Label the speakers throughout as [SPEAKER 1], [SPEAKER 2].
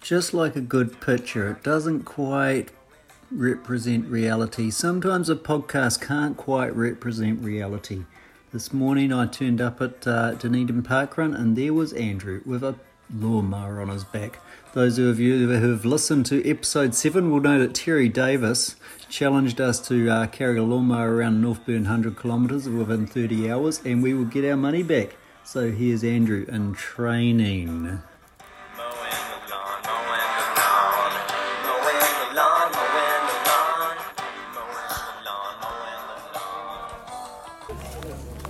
[SPEAKER 1] just like a good picture, it doesn't quite represent reality. Sometimes a podcast can't quite represent reality. This morning I turned up at uh, Dunedin Parkrun and there was Andrew with a lawnmower on his back. Those of you who have listened to episode 7 will know that Terry Davis challenged us to uh, carry a lawnmower around Northburn 100 kilometres within 30 hours and we will get our money back. So here's Andrew in training.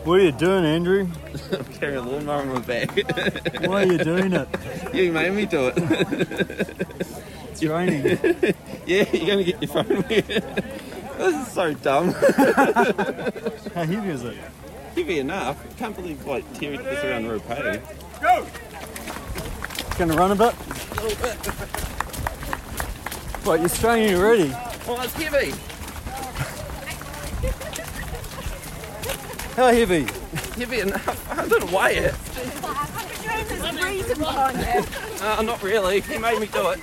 [SPEAKER 1] What are you doing, Andrew?
[SPEAKER 2] I'm carrying a lawnmower on my back.
[SPEAKER 1] Why are you doing it?
[SPEAKER 2] you made me do it.
[SPEAKER 1] It's raining.
[SPEAKER 2] yeah, you're gonna get your phone wet. this is so dumb.
[SPEAKER 1] How heavy is it?
[SPEAKER 2] Heavy enough. Can't believe like Terry did this around Rupay.
[SPEAKER 1] Gonna run a bit? Right, you're straining already.
[SPEAKER 2] Oh, it's heavy.
[SPEAKER 1] How heavy?
[SPEAKER 2] Heavy enough. I didn't weigh it. No, Uh, not really. He made me do it.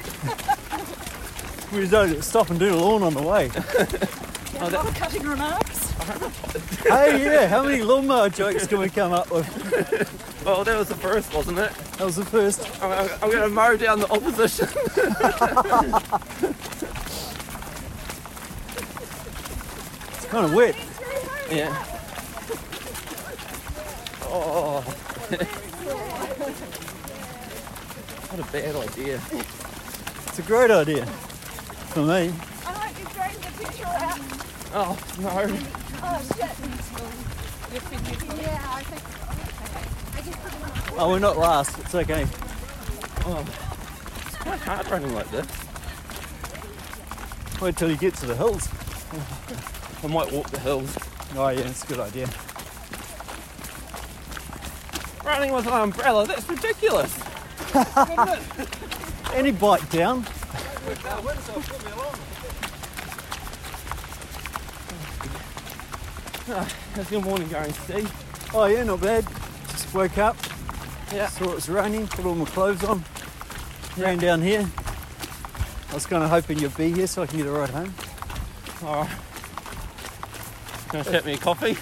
[SPEAKER 1] We just don't stop and do the lawn on the way.
[SPEAKER 3] A lot of cutting remarks.
[SPEAKER 1] hey, yeah, how many lawnmower jokes can we come up with?
[SPEAKER 2] Well, that was the first, wasn't it?
[SPEAKER 1] That was the first.
[SPEAKER 2] I'm, I'm- I'm gonna mow down the opposition.
[SPEAKER 1] It's kind of wet.
[SPEAKER 2] yeah. Oh. what a bad idea.
[SPEAKER 1] It's a great idea for me.
[SPEAKER 3] I like you throwing the picture out.
[SPEAKER 2] Oh no.
[SPEAKER 3] Oh, shit. Yeah, I think.
[SPEAKER 1] Oh, we're not last. It's okay.
[SPEAKER 2] It's quite hard running like this.
[SPEAKER 1] Wait till you get to the hills.
[SPEAKER 2] I might walk the hills.
[SPEAKER 1] Oh, yeah, it's a good idea.
[SPEAKER 2] Running with an umbrella, that's ridiculous.
[SPEAKER 1] Any bike down?
[SPEAKER 2] How's your morning going, Steve?
[SPEAKER 1] Oh, yeah, not bad. Just woke up,
[SPEAKER 2] Yeah.
[SPEAKER 1] saw it was raining, put all my clothes on, ran down here. I was kind of hoping you'd be here so I can get a ride home.
[SPEAKER 2] Alright. Gonna ship me a coffee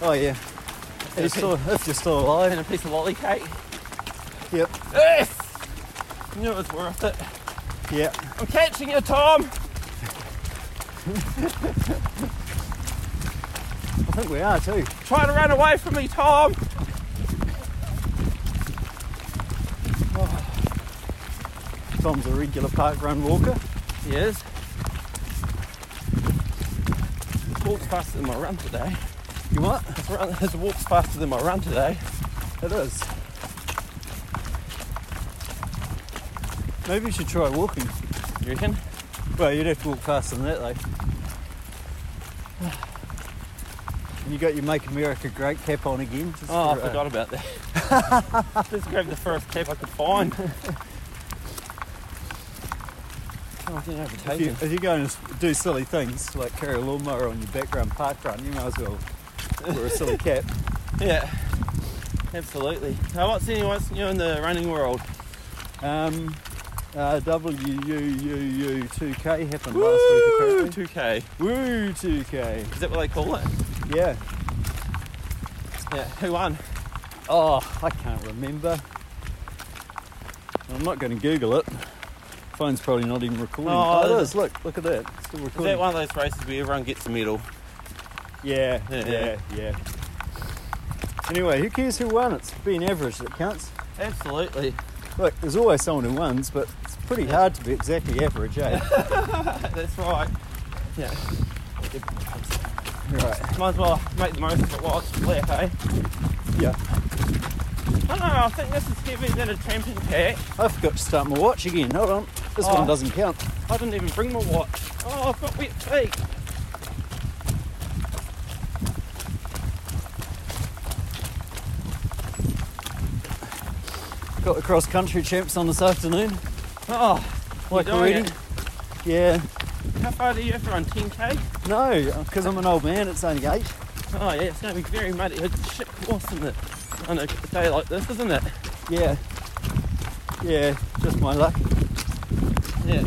[SPEAKER 1] Oh, yeah. If you're still, if you're still alive.
[SPEAKER 2] and a piece of lolly cake.
[SPEAKER 1] Yep.
[SPEAKER 2] Yes! You know it's worth it.
[SPEAKER 1] Yeah.
[SPEAKER 2] I'm catching you, Tom!
[SPEAKER 1] I think we are too.
[SPEAKER 2] Try to run away from me, Tom!
[SPEAKER 1] Tom's a regular park run walker.
[SPEAKER 2] He is. His walk's faster than my run today.
[SPEAKER 1] You what?
[SPEAKER 2] His, run, his walk's faster than my run today.
[SPEAKER 1] It is. Maybe you should try walking.
[SPEAKER 2] You reckon?
[SPEAKER 1] Well, you'd have to walk faster than that, though. And you got your Make America Great cap on again. just
[SPEAKER 2] Oh, I
[SPEAKER 1] for, uh,
[SPEAKER 2] forgot about that. Let's grab the first cap I could find. oh, I didn't
[SPEAKER 1] If,
[SPEAKER 2] overtake
[SPEAKER 1] you,
[SPEAKER 2] him.
[SPEAKER 1] if you're going to s- do silly things like carry a lawnmower on your background park run, you might as well wear a silly cap.
[SPEAKER 2] Yeah, absolutely. Now, what's new? What's new in the running world?
[SPEAKER 1] Um, uh, WUUU2K happened last week, apparently.
[SPEAKER 2] 2K.
[SPEAKER 1] Woo 2K.
[SPEAKER 2] Is that what they call it?
[SPEAKER 1] Yeah.
[SPEAKER 2] Yeah. Who won?
[SPEAKER 1] Oh, I can't remember. I'm not going to Google it. Phone's probably not even recording.
[SPEAKER 2] Oh,
[SPEAKER 1] it
[SPEAKER 2] is
[SPEAKER 1] is. Look, look at that. It's still
[SPEAKER 2] Is
[SPEAKER 1] recording.
[SPEAKER 2] that one of those races where everyone gets a medal?
[SPEAKER 1] Yeah,
[SPEAKER 2] Yeah,
[SPEAKER 1] yeah,
[SPEAKER 2] yeah.
[SPEAKER 1] yeah, Anyway, who cares who won? It's being average that counts.
[SPEAKER 2] Absolutely.
[SPEAKER 1] Look, there's always someone who wins, but it's pretty hard to be exactly average, eh?
[SPEAKER 2] That's right. Yeah.
[SPEAKER 1] right.
[SPEAKER 2] Might as well make the most of it while it's left, eh?
[SPEAKER 1] Yeah.
[SPEAKER 2] I don't know. I think this is heavier than a champion pack.
[SPEAKER 1] I forgot to start my watch again. Hold on. This
[SPEAKER 2] Oh.
[SPEAKER 1] one doesn't count.
[SPEAKER 2] I didn't even bring my watch. Oh, I've got wet feet.
[SPEAKER 1] Got the cross country champs on this afternoon.
[SPEAKER 2] Oh,
[SPEAKER 1] Like
[SPEAKER 2] doing
[SPEAKER 1] already.
[SPEAKER 2] it.
[SPEAKER 1] Yeah.
[SPEAKER 2] how far do you have to run? 10k?
[SPEAKER 1] No, because I'm an old man, it's only eight.
[SPEAKER 2] Oh, yeah, it's going to be very muddy. It's shit course in it on a day like this, isn't it?
[SPEAKER 1] Yeah. Yeah, just my luck.
[SPEAKER 2] Yeah.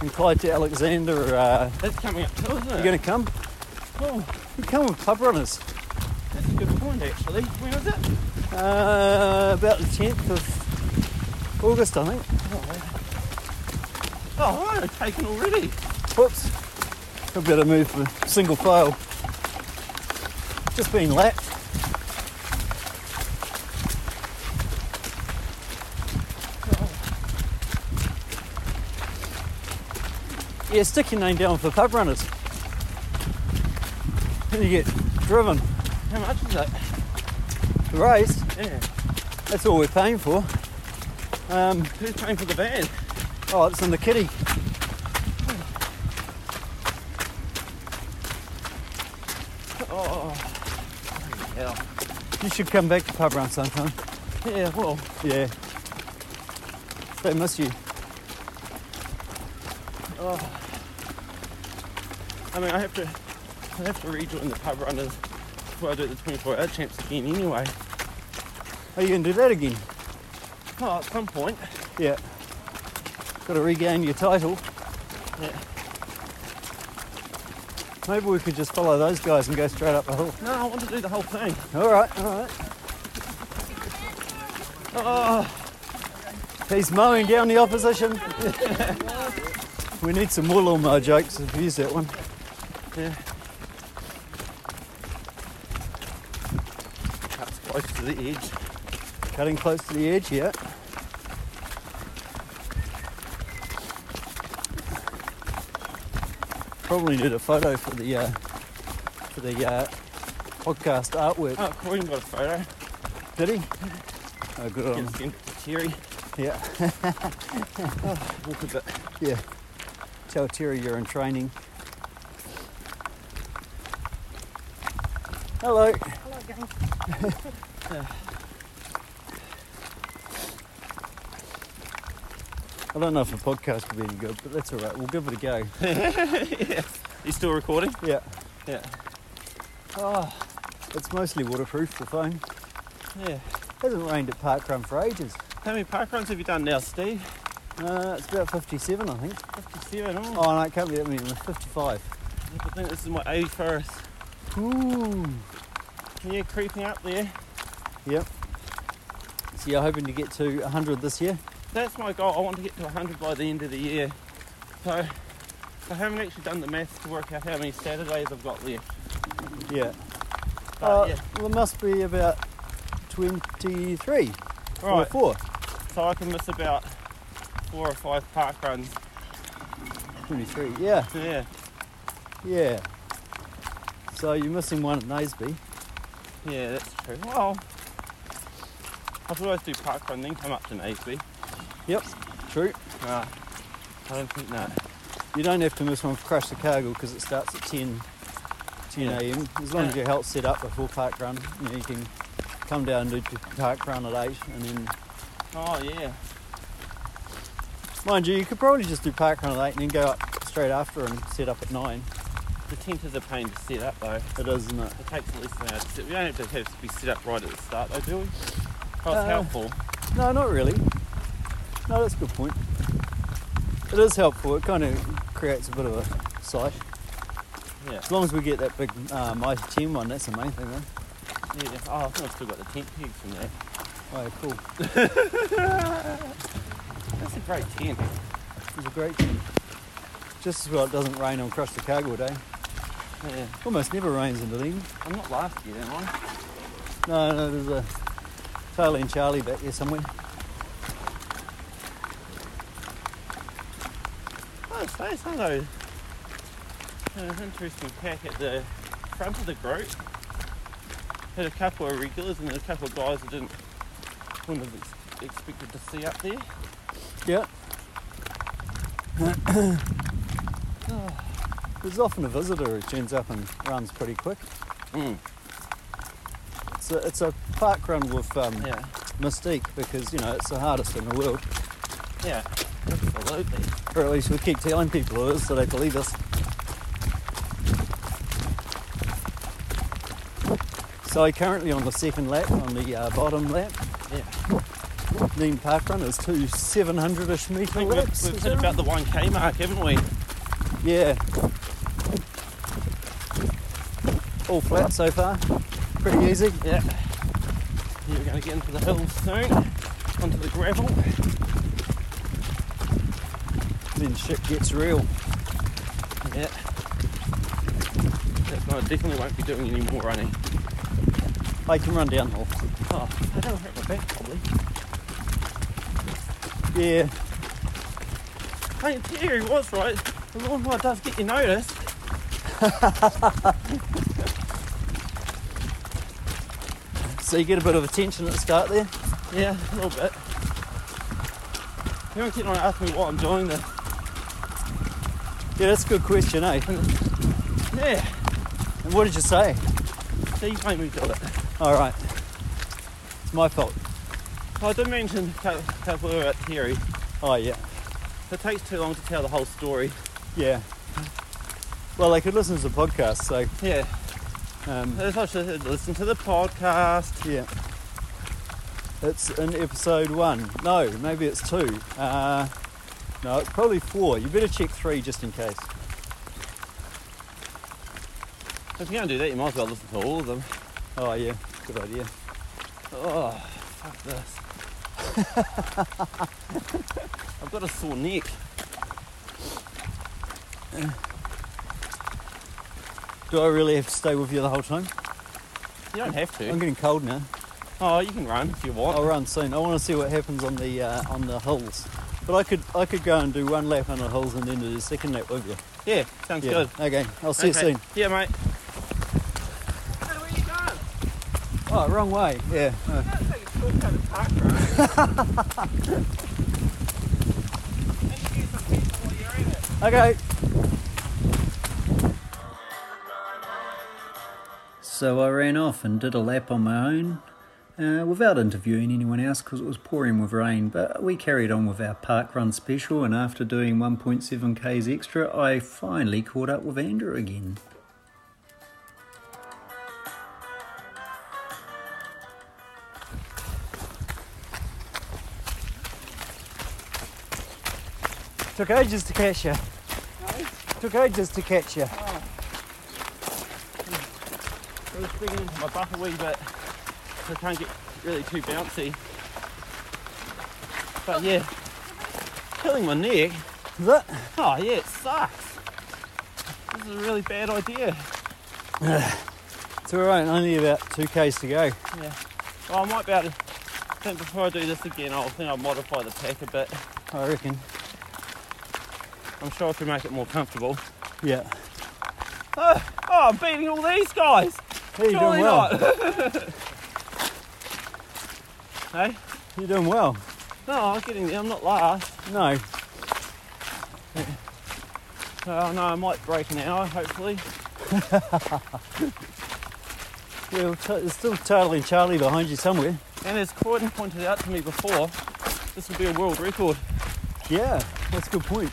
[SPEAKER 1] And Clyde to Alexander, uh,
[SPEAKER 2] That's coming up too, isn't it?
[SPEAKER 1] you going to come?
[SPEAKER 2] Oh,
[SPEAKER 1] You come with pub runners.
[SPEAKER 2] that's a good point actually. When was it?
[SPEAKER 1] Uh, about the 10th of August, I think.
[SPEAKER 2] Oh, i have taken already.
[SPEAKER 1] Whoops. I better move for single file. Just been lapped. Yeah, stick your name down for pub runners. And you get driven.
[SPEAKER 2] How much is it?
[SPEAKER 1] The race,
[SPEAKER 2] Yeah.
[SPEAKER 1] that's all we're paying for. Um,
[SPEAKER 2] Who's paying for the van?
[SPEAKER 1] Oh, it's in the kitty.
[SPEAKER 2] Oh, hell.
[SPEAKER 1] You should come back to pub run sometime.
[SPEAKER 2] Yeah, well,
[SPEAKER 1] Yeah. They miss you.
[SPEAKER 2] I mean, I have to, I have to rejoin the pub runners before I do the 24-hour champs again anyway.
[SPEAKER 1] Are you gonna do that again?
[SPEAKER 2] Oh, at some point.
[SPEAKER 1] Yeah. Gotta regain your title.
[SPEAKER 2] Yeah.
[SPEAKER 1] Maybe we could just follow those guys and go straight up the hill.
[SPEAKER 2] No, I want to do the whole thing.
[SPEAKER 1] Alright, alright.
[SPEAKER 2] Oh,
[SPEAKER 1] He's mowing down the opposition. we need some more lawnmower jokes if you use that one.
[SPEAKER 2] yeah. That's close to the edge.
[SPEAKER 1] Cutting close to the edge, yeah. Probably need a photo for the uh, for the uh, podcast artwork.
[SPEAKER 2] Oh, Corey got a photo.
[SPEAKER 1] Did he? Ah. Oh, good on
[SPEAKER 2] Get
[SPEAKER 1] him.
[SPEAKER 2] us in Terry.
[SPEAKER 1] Yeah,
[SPEAKER 2] Walk a bit.
[SPEAKER 1] yeah. Tell Terry you're in training. Hello.
[SPEAKER 3] Hello, gang.
[SPEAKER 1] I don't know if a podcast could be any good, but that's all right. We'll give it a go.
[SPEAKER 2] You still recording?
[SPEAKER 1] Yeah.
[SPEAKER 2] Yeah.
[SPEAKER 1] Oh, it's mostly waterproof, the phone.
[SPEAKER 2] Yeah.
[SPEAKER 1] Hasn't rained at Parkrun for ages.
[SPEAKER 2] How many park runs have you done now, Steve?
[SPEAKER 1] Uh, it's about 57, I think.
[SPEAKER 2] 57. Oh,
[SPEAKER 1] Oh, no, it can't be that many. it was 55.
[SPEAKER 2] I think this is my 81st.
[SPEAKER 1] Ooh.
[SPEAKER 2] Yeah, creeping up there.
[SPEAKER 1] Yep. So you're hoping to get to 100 this year?
[SPEAKER 2] That's my goal. I want to get to 100 by the end of the year. So I haven't actually done the maths to work out how many Saturdays I've got left.
[SPEAKER 1] Yeah.
[SPEAKER 2] But
[SPEAKER 1] uh,
[SPEAKER 2] yeah,
[SPEAKER 1] Well, it must be about 23,
[SPEAKER 2] right.
[SPEAKER 1] 24.
[SPEAKER 2] So I can miss about four or five park runs.
[SPEAKER 1] 23, yeah,
[SPEAKER 2] So yeah,
[SPEAKER 1] yeah. So you're missing one at Naseby.
[SPEAKER 2] yeah, that's true. Well, I could always do park run then come up to Naseby.
[SPEAKER 1] Yep, true.
[SPEAKER 2] Nah, I don't think no.
[SPEAKER 1] You don't have to miss one for Crush the Cargo because it starts at 10, 10
[SPEAKER 2] Yeah.
[SPEAKER 1] a.m. As long as
[SPEAKER 2] Yeah.
[SPEAKER 1] your health's set up before park run, you, know, you can come down and do your park run at 8 and then
[SPEAKER 2] Oh yeah,
[SPEAKER 1] Mind you, you could probably just do park run at eight and then go up straight after and set up at nine.
[SPEAKER 2] the tent is a pain to set up though.
[SPEAKER 1] It is, isn't it?
[SPEAKER 2] It takes at least an hour to set. We don't have to have to be set up right at the start though, do we? Oh, it's
[SPEAKER 1] Uh,
[SPEAKER 2] helpful.
[SPEAKER 1] No, not really. No, that's a good point. It is helpful. It kind of creates a bit of a sight.
[SPEAKER 2] Yeah.
[SPEAKER 1] As long as we get that big uh, mighty ten one, that's the main thing, man.
[SPEAKER 2] Yeah, oh, I think I've still got the tent pegs from that.
[SPEAKER 1] Oh, yeah, cool.
[SPEAKER 2] That's a great tent.
[SPEAKER 1] It's a great thing. Just as well it doesn't rain on Crush the Cargo Day.
[SPEAKER 2] Yeah.
[SPEAKER 1] Almost never rains in Dunedin.
[SPEAKER 2] I'm not last year, am I?
[SPEAKER 1] No, no, there's a Taylor and Charlie back there somewhere.
[SPEAKER 2] Oh, it's nice, hello. An interesting pack at the front of the group. Had a couple of regulars and then a couple of guys I didn't wouldn't have ex- expected to see up there.
[SPEAKER 1] Yeah. There's often a visitor who turns up and runs pretty quick.
[SPEAKER 2] Mm.
[SPEAKER 1] It's a, it's a park run with um,
[SPEAKER 2] Yeah,
[SPEAKER 1] mystique because, you know, it's the hardest in the world.
[SPEAKER 2] yeah, absolutely.
[SPEAKER 1] Or at least we keep telling people it is so they believe us. So currently on the second lap, on the uh, bottom lap,
[SPEAKER 2] Yeah.
[SPEAKER 1] Neem Park Run is two 700-ish metre
[SPEAKER 2] I think we've,
[SPEAKER 1] laps.
[SPEAKER 2] we've
[SPEAKER 1] is
[SPEAKER 2] hit
[SPEAKER 1] that
[SPEAKER 2] about the 1k mark, haven't we?
[SPEAKER 1] right? Yeah. All flat so far. Pretty easy.
[SPEAKER 2] Yeah. We're going to get into the hills soon, onto the gravel.
[SPEAKER 1] Then shit gets real.
[SPEAKER 2] Yeah. That's no, I definitely won't be doing any more running.
[SPEAKER 1] I can run downhill.
[SPEAKER 2] Oh, I don't hurt my back probably.
[SPEAKER 1] Yeah.
[SPEAKER 2] I mean, Terry was right. The lawnmower does get you noticed.
[SPEAKER 1] So you get a bit of attention at the start there.
[SPEAKER 2] Yeah, a little bit. You don't keep on asking me what I'm doing this.
[SPEAKER 1] Yeah, that's a good question, eh?
[SPEAKER 2] Yeah,
[SPEAKER 1] And what did you say?
[SPEAKER 2] Steve made me do it.
[SPEAKER 1] All right. It's my fault.
[SPEAKER 2] I did mention Ka- Kapalua at Terry.
[SPEAKER 1] Oh, yeah.
[SPEAKER 2] It takes too long to tell the whole story.
[SPEAKER 1] Yeah. Well, they could listen to the podcast, so
[SPEAKER 2] Yeah,
[SPEAKER 1] um,
[SPEAKER 2] that's why I should listen to the podcast.
[SPEAKER 1] yeah. It's in episode one. No, maybe it's two. Uh, no, it's probably four. You better check three just in case.
[SPEAKER 2] If you're going to do that, you might as well listen to all of them.
[SPEAKER 1] Oh, yeah. Good idea.
[SPEAKER 2] Oh, fuck this. I've got a sore neck.
[SPEAKER 1] Do I really have to stay with you the whole time?
[SPEAKER 2] You don't have
[SPEAKER 1] I'm Oh.
[SPEAKER 2] to.
[SPEAKER 1] getting cold now.
[SPEAKER 2] Oh, you can run if you want.
[SPEAKER 1] I'll run soon. I want to see what happens on the uh, on the hills. But I could I could go and do one lap on the hills and then do the second lap with you.
[SPEAKER 2] Yeah, sounds
[SPEAKER 1] Yeah.
[SPEAKER 2] good.
[SPEAKER 1] Okay. I'll see
[SPEAKER 2] Okay.
[SPEAKER 1] you soon.
[SPEAKER 2] Yeah, mate. Hey, where you going?
[SPEAKER 1] Oh, wrong way. Yeah. Uh,
[SPEAKER 2] That's like a shortcut to park, right? Introduce some people while you're in it.
[SPEAKER 1] okay.
[SPEAKER 4] So I ran off and did a lap on my own uh, without interviewing anyone else because it was pouring with rain. But we carried on with our park run special, and after doing 1.7 Ks extra, I finally caught up with Andrew again.
[SPEAKER 1] Took ages to catch you. Took ages to catch you.
[SPEAKER 2] It was digging into my butt a wee bit, so I can't get really too bouncy. But yeah, killing my neck.
[SPEAKER 1] Is it?
[SPEAKER 2] Oh yeah, it sucks. This is a really bad idea.
[SPEAKER 1] It's all right. Only about two k's to go.
[SPEAKER 2] Yeah. Well, Oh, I might be able to think before I do this again. I'll think I'll modify the pack a bit.
[SPEAKER 1] I reckon.
[SPEAKER 2] I'm sure I can make it more comfortable.
[SPEAKER 1] Yeah.
[SPEAKER 2] Oh, oh I'm beating all these guys.
[SPEAKER 1] Hey, you're
[SPEAKER 2] Surely
[SPEAKER 1] doing well.
[SPEAKER 2] not. hey,
[SPEAKER 1] You're doing well.
[SPEAKER 2] no, I'm getting there. I'm not last.
[SPEAKER 1] No.
[SPEAKER 2] Oh no, I might break an hour, hopefully.
[SPEAKER 1] Yeah, well, t- there's still Charlie and Charlie behind you somewhere.
[SPEAKER 2] And as Croydon pointed out to me before, this will be a world record.
[SPEAKER 1] Yeah. That's a good point.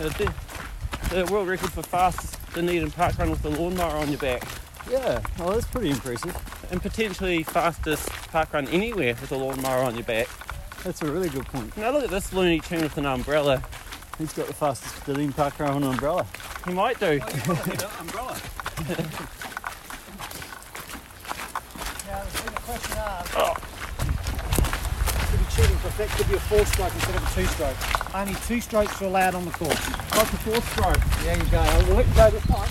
[SPEAKER 2] A di- The world record for fastest Dunedin park run with the lawnmower on your back.
[SPEAKER 1] Yeah. Oh, that's pretty impressive.
[SPEAKER 2] And potentially fastest park run anywhere with a lawnmower on your back.
[SPEAKER 1] That's a really good point.
[SPEAKER 2] Now look at this Looney Tune with an umbrella.
[SPEAKER 1] He's got the fastest Deline Parker on an umbrella.
[SPEAKER 2] He might do.
[SPEAKER 4] Umbrella.
[SPEAKER 5] to be cheating because that could be a four stroke instead of a two stroke. Only two strokes are allowed on the course.
[SPEAKER 2] Got the fourth stroke.
[SPEAKER 5] There you go. I will let you go this time.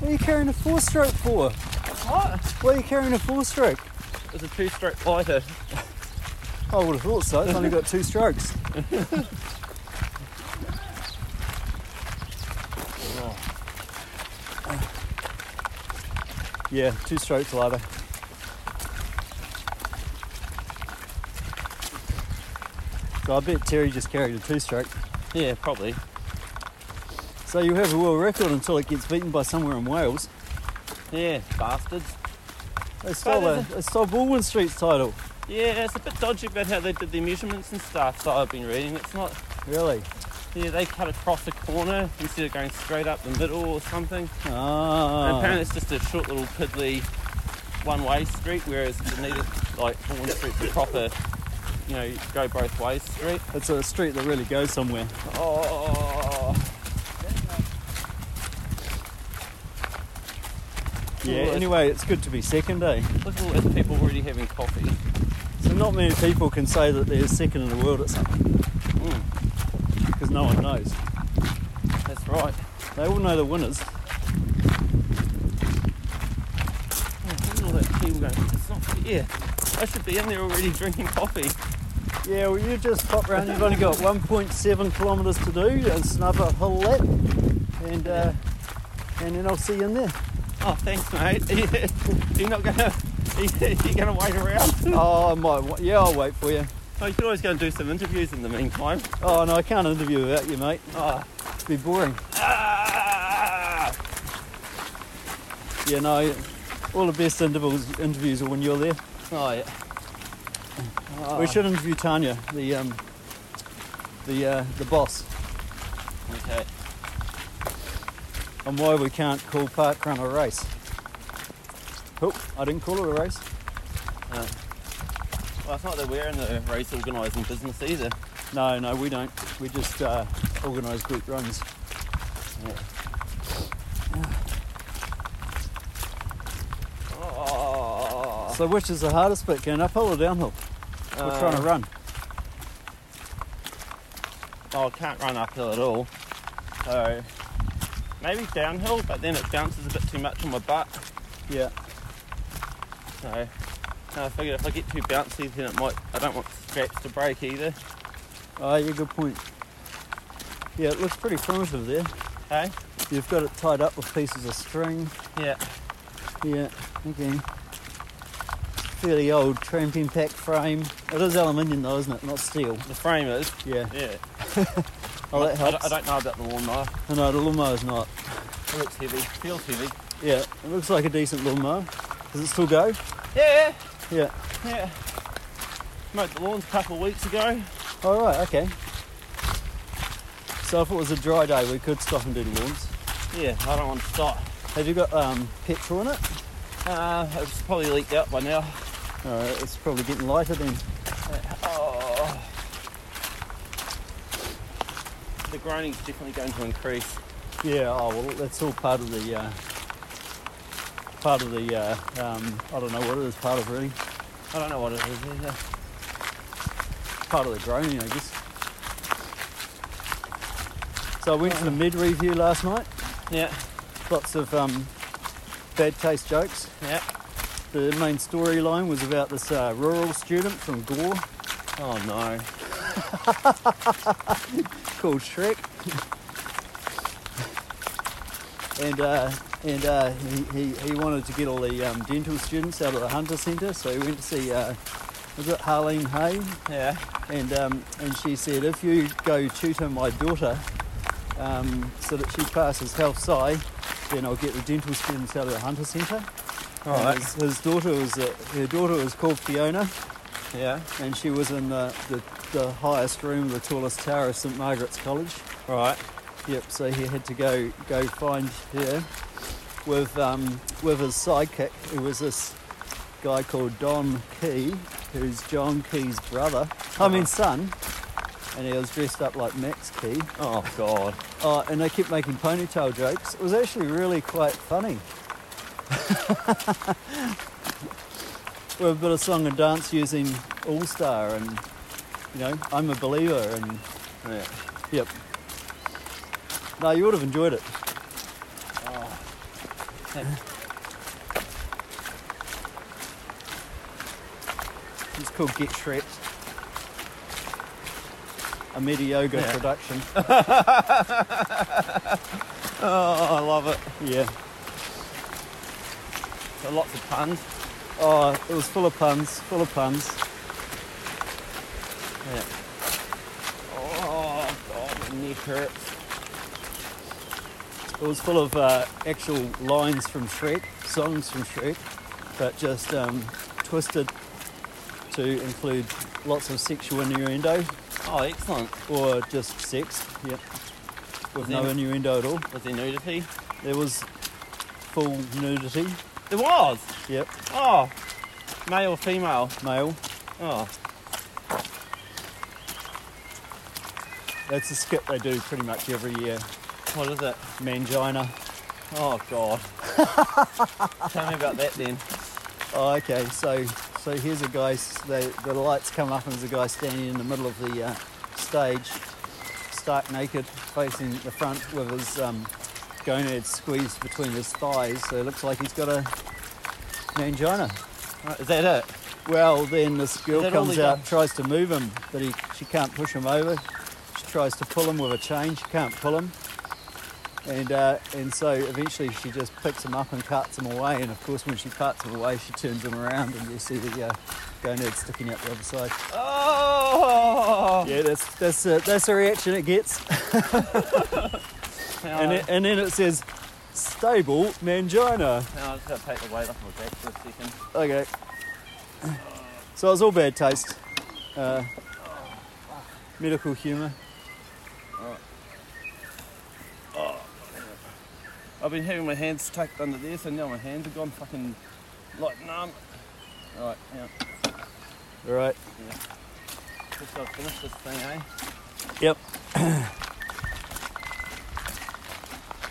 [SPEAKER 1] What are you carrying a four stroke for?
[SPEAKER 2] What?
[SPEAKER 1] Why are you carrying a four stroke?
[SPEAKER 2] It was a two stroke lighter.
[SPEAKER 1] I would have thought so. It's only got two strokes. yeah, two strokes lighter. So I bet Terry just carried a two stroke.
[SPEAKER 2] Yeah, probably.
[SPEAKER 1] So you have a world record until it gets beaten by somewhere in Wales.
[SPEAKER 2] Yeah, bastards.
[SPEAKER 1] They stole, a,
[SPEAKER 2] there's
[SPEAKER 1] they stole Baldwin Street's title.
[SPEAKER 2] Yeah, it's a bit dodgy about how they did their measurements and stuff that I've been reading. It's not
[SPEAKER 1] Really?
[SPEAKER 2] Yeah, they cut across a corner instead of going straight up the middle or something.
[SPEAKER 1] Ah.
[SPEAKER 2] And apparently it's just a short little piddly one-way street, whereas Dunedin, like Horn Street's a proper, you know, go both ways street.
[SPEAKER 1] It's a street that really goes somewhere.
[SPEAKER 2] Oh,
[SPEAKER 1] Yeah,
[SPEAKER 2] Well, it's-
[SPEAKER 1] anyway, it's good to be second, eh?
[SPEAKER 2] look at all those people already having coffee.
[SPEAKER 1] So not many people can say that they're second in the world at something
[SPEAKER 2] Mm,
[SPEAKER 1] because no one knows.
[SPEAKER 2] that's right.
[SPEAKER 1] They all know the winners.
[SPEAKER 2] Oh, look at all those people going, it's not fair. I should be in there already drinking coffee.
[SPEAKER 1] Yeah, well, you just pop round. You've only got 1.7 kilometres to do. It's another hill lap, and uh, and then I'll see you in there.
[SPEAKER 2] Oh, thanks, mate. You're not gonna, you're gonna wait around.
[SPEAKER 1] oh, I might. wa- Yeah, I'll wait for you.
[SPEAKER 2] Oh, you could always go and do some interviews in the meantime.
[SPEAKER 1] Oh no, I can't interview without you, mate.
[SPEAKER 2] Oh.
[SPEAKER 1] It'd be boring.
[SPEAKER 2] Ah!
[SPEAKER 1] Yeah, no. All the best intervals, interviews are when you're there.
[SPEAKER 2] Oh, yeah.
[SPEAKER 1] We should interview Tanya, the um, the uh, the boss,
[SPEAKER 2] Okay.
[SPEAKER 1] on why we can't call parkrun a race. Oh, I didn't call it a race.
[SPEAKER 2] Uh, well, it's not that we're in the race organising business either.
[SPEAKER 1] No, no, we don't. We just uh, organise group runs.
[SPEAKER 2] Oh,
[SPEAKER 1] So, which is the hardest bit, going uphill or downhill?
[SPEAKER 2] Uh,
[SPEAKER 1] We're trying to run.
[SPEAKER 2] oh, I can't run uphill at all. So maybe downhill, but then it bounces a bit too much on my butt.
[SPEAKER 1] Yeah.
[SPEAKER 2] So I figured if I get too bouncy, then it might. I don't want straps to break either.
[SPEAKER 1] Oh, yeah, good point. Yeah, it looks pretty primitive there.
[SPEAKER 2] Hey?
[SPEAKER 1] You've got it tied up with pieces of string.
[SPEAKER 2] Yeah.
[SPEAKER 1] Yeah, okay. Fairly old tramping pack frame. It is aluminium though, isn't it? Not steel.
[SPEAKER 2] The frame is.
[SPEAKER 1] Yeah.
[SPEAKER 2] Yeah.
[SPEAKER 1] Oh, that
[SPEAKER 2] I, don't-
[SPEAKER 1] helps.
[SPEAKER 2] I don't know about the lawnmower.
[SPEAKER 1] I know the lawnmower's not.
[SPEAKER 2] It looks heavy. Feels heavy.
[SPEAKER 1] Yeah, it looks like a decent lawnmower. Does it still go?
[SPEAKER 2] Yeah.
[SPEAKER 1] Yeah.
[SPEAKER 2] Yeah. Mowed the lawns a couple of weeks ago.
[SPEAKER 1] All right. Okay. So if it was a dry day, we could stop and do the lawns.
[SPEAKER 2] Yeah, I don't want to stop.
[SPEAKER 1] Have you got um, petrol in it?
[SPEAKER 2] Uh, it's probably leaked out by now.
[SPEAKER 1] All right. It's probably getting lighter then.
[SPEAKER 2] Oh. The groaning's definitely going to increase.
[SPEAKER 1] Yeah. Oh well, that's all part of the uh, part of the uh, um, I don't know what it is. Part of really
[SPEAKER 2] I don't know what it is either.
[SPEAKER 1] part of the groaning, I guess. So I went to the mid review last night.
[SPEAKER 2] Yeah,
[SPEAKER 1] Lots of um, bad taste jokes.
[SPEAKER 2] yeah.
[SPEAKER 1] The main storyline was about this uh, rural student from Gore
[SPEAKER 2] Oh no.
[SPEAKER 1] called Shrek. and uh, and uh, he, he, he wanted to get all the um, dental students out of the Hunter Centre, so he went to see, uh, was it Harlene Hay?
[SPEAKER 2] Yeah.
[SPEAKER 1] And, um, and she said, if you go tutor my daughter um, so that she passes health sci, then I'll get the dental students out of the Hunter Centre. And
[SPEAKER 2] Alright.
[SPEAKER 1] His, his daughter was, uh, her daughter was called Fiona.
[SPEAKER 2] Yeah.
[SPEAKER 1] and she was in the, the, the highest room, the tallest tower of St Margaret's College.
[SPEAKER 2] Right.
[SPEAKER 1] Yep, so he had to go go find her with um, with his sidekick, who was this guy called Don Key, who's John Key's brother. I
[SPEAKER 2] Uh-huh.
[SPEAKER 1] mean son. And he was dressed up like Max Key.
[SPEAKER 2] Oh god.
[SPEAKER 1] Oh, and they kept making ponytail jokes. It was actually really quite funny. With a bit of song and dance using All Star and, you know, I'm a Believer and,
[SPEAKER 2] Yeah.
[SPEAKER 1] yep. No, you would have enjoyed it. It's called Get Shrepped. A medi yoga
[SPEAKER 2] Yeah.
[SPEAKER 1] production.
[SPEAKER 2] Oh, I love it.
[SPEAKER 1] yeah.
[SPEAKER 2] Got lots of puns.
[SPEAKER 1] Oh, it was full of puns, full of puns.
[SPEAKER 2] Yeah. Oh god, my neck hurts.
[SPEAKER 1] It was full of uh, actual lines from Shrek, songs from Shrek, but just um, twisted to include lots of sexual innuendo
[SPEAKER 2] Oh, excellent.
[SPEAKER 1] or just sex. Yep. With no
[SPEAKER 2] Then-
[SPEAKER 1] innuendo at all.
[SPEAKER 2] Was there nudity?
[SPEAKER 1] There was full nudity.
[SPEAKER 2] It was.
[SPEAKER 1] Yep.
[SPEAKER 2] Oh, male or female?
[SPEAKER 1] Male.
[SPEAKER 2] Oh,
[SPEAKER 1] That's a skip they do pretty much every year.
[SPEAKER 2] what is it?
[SPEAKER 1] Mangina.
[SPEAKER 2] Oh God. Tell me about that then.
[SPEAKER 1] Oh, okay. So, so here's a guy. s- They, the lights come up, and there's a guy standing in the middle of the uh, stage, stark naked, facing the front with his um, gonads squeezed between his thighs. So it looks like he's got a mangina.
[SPEAKER 2] Right, Is that it?
[SPEAKER 1] Well, then this girl
[SPEAKER 2] that all
[SPEAKER 1] comes
[SPEAKER 2] they
[SPEAKER 1] out,
[SPEAKER 2] got?
[SPEAKER 1] tries to move him, but he, she can't push him over. She tries to pull him with a chain. She can't pull him, and uh, and so eventually she just picks him up and carts him away. And of course, when she carts him away, she turns him around, and you see the uh, gonad sticking out the other side.
[SPEAKER 2] Oh.
[SPEAKER 1] Yeah, that's that's uh, that's the reaction it gets.
[SPEAKER 2] Uh-huh.
[SPEAKER 1] and, it, and then it says, "Stable mangina."
[SPEAKER 2] Now I'm just gonna take the weight off my back for a second.
[SPEAKER 1] Okay. So it was all bad taste. Uh, medical humour.
[SPEAKER 2] I've been having my hands tucked under there, so now my hands are gone fucking like numb. Alright, now,
[SPEAKER 1] All right.
[SPEAKER 2] just gotta finish this thing, eh?
[SPEAKER 1] Yep.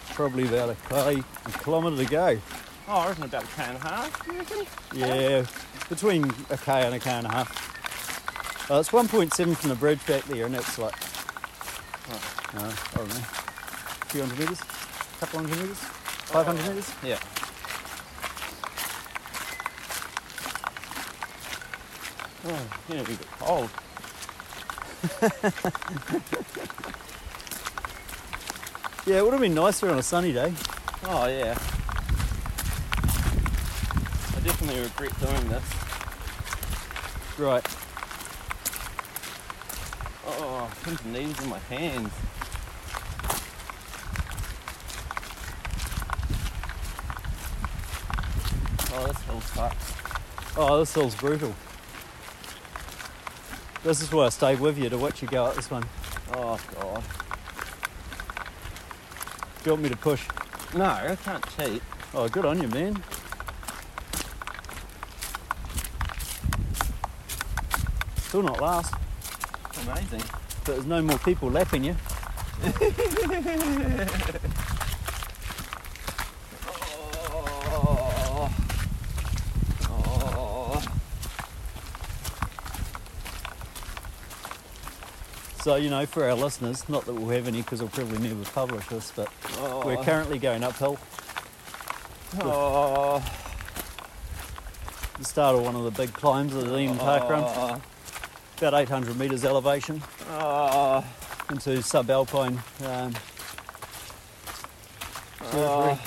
[SPEAKER 1] Probably about a, ki- a kilometre to go.
[SPEAKER 2] Oh, I reckon about a K and a half, you reckon?
[SPEAKER 1] Yeah, between a k and a k and a half. Oh, it's 1.7 from the bridge back there, and that's like, oh, no, I don't know, a few hundred metres, a couple hundred metres, 500 metres.
[SPEAKER 2] Yeah. Oh, you know, we got cold.
[SPEAKER 1] Yeah, it would have been nicer on a sunny day.
[SPEAKER 2] Oh, yeah. I definitely regret doing this.
[SPEAKER 1] Right.
[SPEAKER 2] Oh, I pins and needles in my hands. Oh, this hill sucks.
[SPEAKER 1] Oh, this hill's brutal. This is why I stayed with you to watch you go up this one.
[SPEAKER 2] Oh, God.
[SPEAKER 1] Do you want me to push?
[SPEAKER 2] No, I can't cheat.
[SPEAKER 1] Oh, good on you, man. Still not last,
[SPEAKER 2] It's amazing.
[SPEAKER 1] but there's no more people lapping you.
[SPEAKER 2] Oh. Oh.
[SPEAKER 1] So, you know, for our listeners, not that we'll have any because we'll probably never publish this, but
[SPEAKER 2] Oh.
[SPEAKER 1] we're currently going uphill.
[SPEAKER 2] Oh.
[SPEAKER 1] The start of one of the big climbs of the Eden Park Run, about 800 metres elevation
[SPEAKER 2] Oh.
[SPEAKER 1] into subalpine um,
[SPEAKER 2] Oh.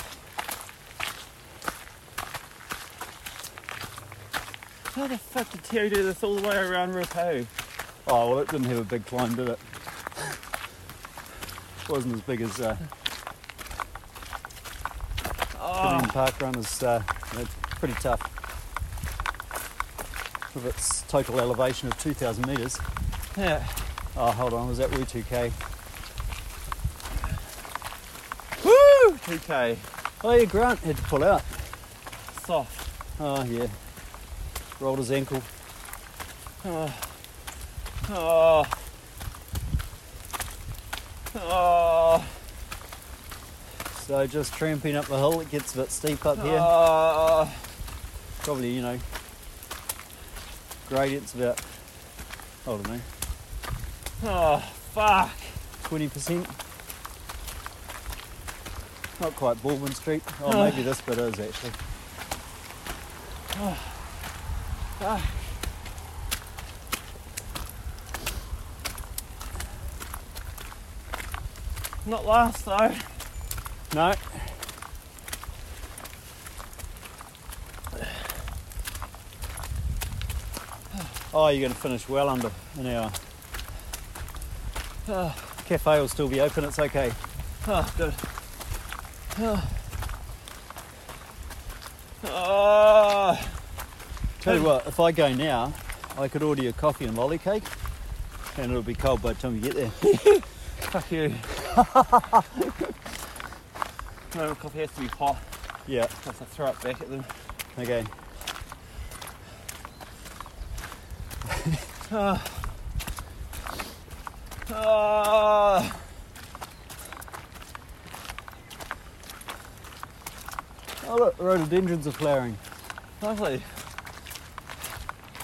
[SPEAKER 2] How the fuck did Terry do this all the way around Rapo?
[SPEAKER 1] Oh, well, it didn't have a big climb, did it? Wasn't as big as uh,
[SPEAKER 2] Oh,
[SPEAKER 1] Canadian Park Run. Is uh, you know, pretty tough. With its total elevation of 2,000 metres.
[SPEAKER 2] yeah.
[SPEAKER 1] Oh, hold on, was that Woo 2K?
[SPEAKER 2] Woo! 2K.
[SPEAKER 1] Oh, yeah, Grant had to pull out.
[SPEAKER 2] Soft.
[SPEAKER 1] Oh, yeah. Rolled his ankle.
[SPEAKER 2] Oh. Oh.
[SPEAKER 1] So just tramping up the hill, it gets a bit steep up here.
[SPEAKER 2] Oh.
[SPEAKER 1] Probably, you know, gradient's about, I don't know,
[SPEAKER 2] Oh, fuck.
[SPEAKER 1] 20%. Not quite Baldwin Street. Oh, maybe this bit is actually.
[SPEAKER 2] Not last though.
[SPEAKER 1] No. Oh, you're going to finish well under an hour. Cafe will still be open, it's okay.
[SPEAKER 2] Oh, good. Oh.
[SPEAKER 1] Tell you what, if I go now, I could order you a coffee and lolly cake, and it'll be cold by the time you get there.
[SPEAKER 2] Fuck you. no, my coffee has to be hot. Yeah. That's a throw it back at them.
[SPEAKER 1] Okay.
[SPEAKER 2] Ah.
[SPEAKER 1] Oh look, rhododendrons are flowering.
[SPEAKER 2] lovely.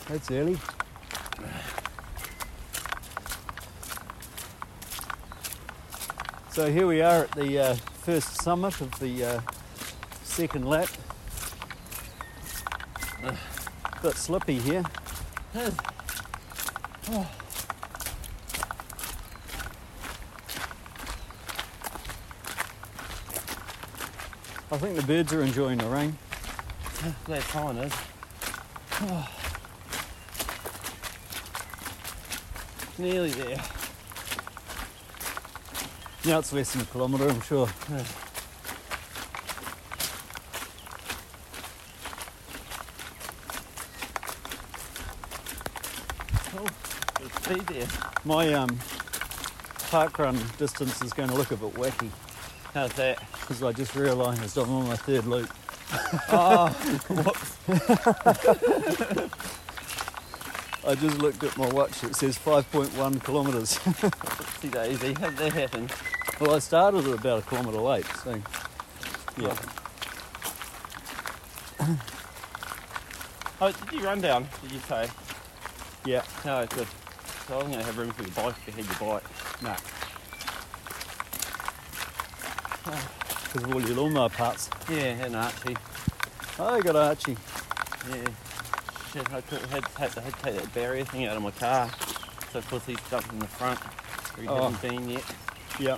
[SPEAKER 1] That's early. So here we are at the uh, first summit of the uh, second lap. bit slippy here.
[SPEAKER 2] Yes.
[SPEAKER 1] I think the birds are enjoying the rain.
[SPEAKER 2] That time is. Nearly there.
[SPEAKER 1] Now it's less than a kilometre, I'm sure.
[SPEAKER 2] Cool. Good speed there.
[SPEAKER 1] My um, park run distance is going to look a bit wacky
[SPEAKER 2] How's that?
[SPEAKER 1] because I just realised I'm on my third loop. I just looked at my watch, it says 5.1 kilometres.
[SPEAKER 2] Oopsie daisy. How'd that happen?
[SPEAKER 1] well, I started at about a kilometre late, so yeah.
[SPEAKER 2] Oh, did you run down? Did you say?
[SPEAKER 1] Yeah,
[SPEAKER 2] No, good. So I'm gonna have room for your bike if you had your bike.
[SPEAKER 1] no. Because of all your lawnmower parts.
[SPEAKER 2] Yeah, and Archie.
[SPEAKER 1] I got Archie.
[SPEAKER 2] Yeah. Shit, I could had to take, I had to take that barrier thing out of my car. So of course he's stuck in the front. Where he
[SPEAKER 1] Oh.
[SPEAKER 2] hasn't been yet.
[SPEAKER 1] Yeah.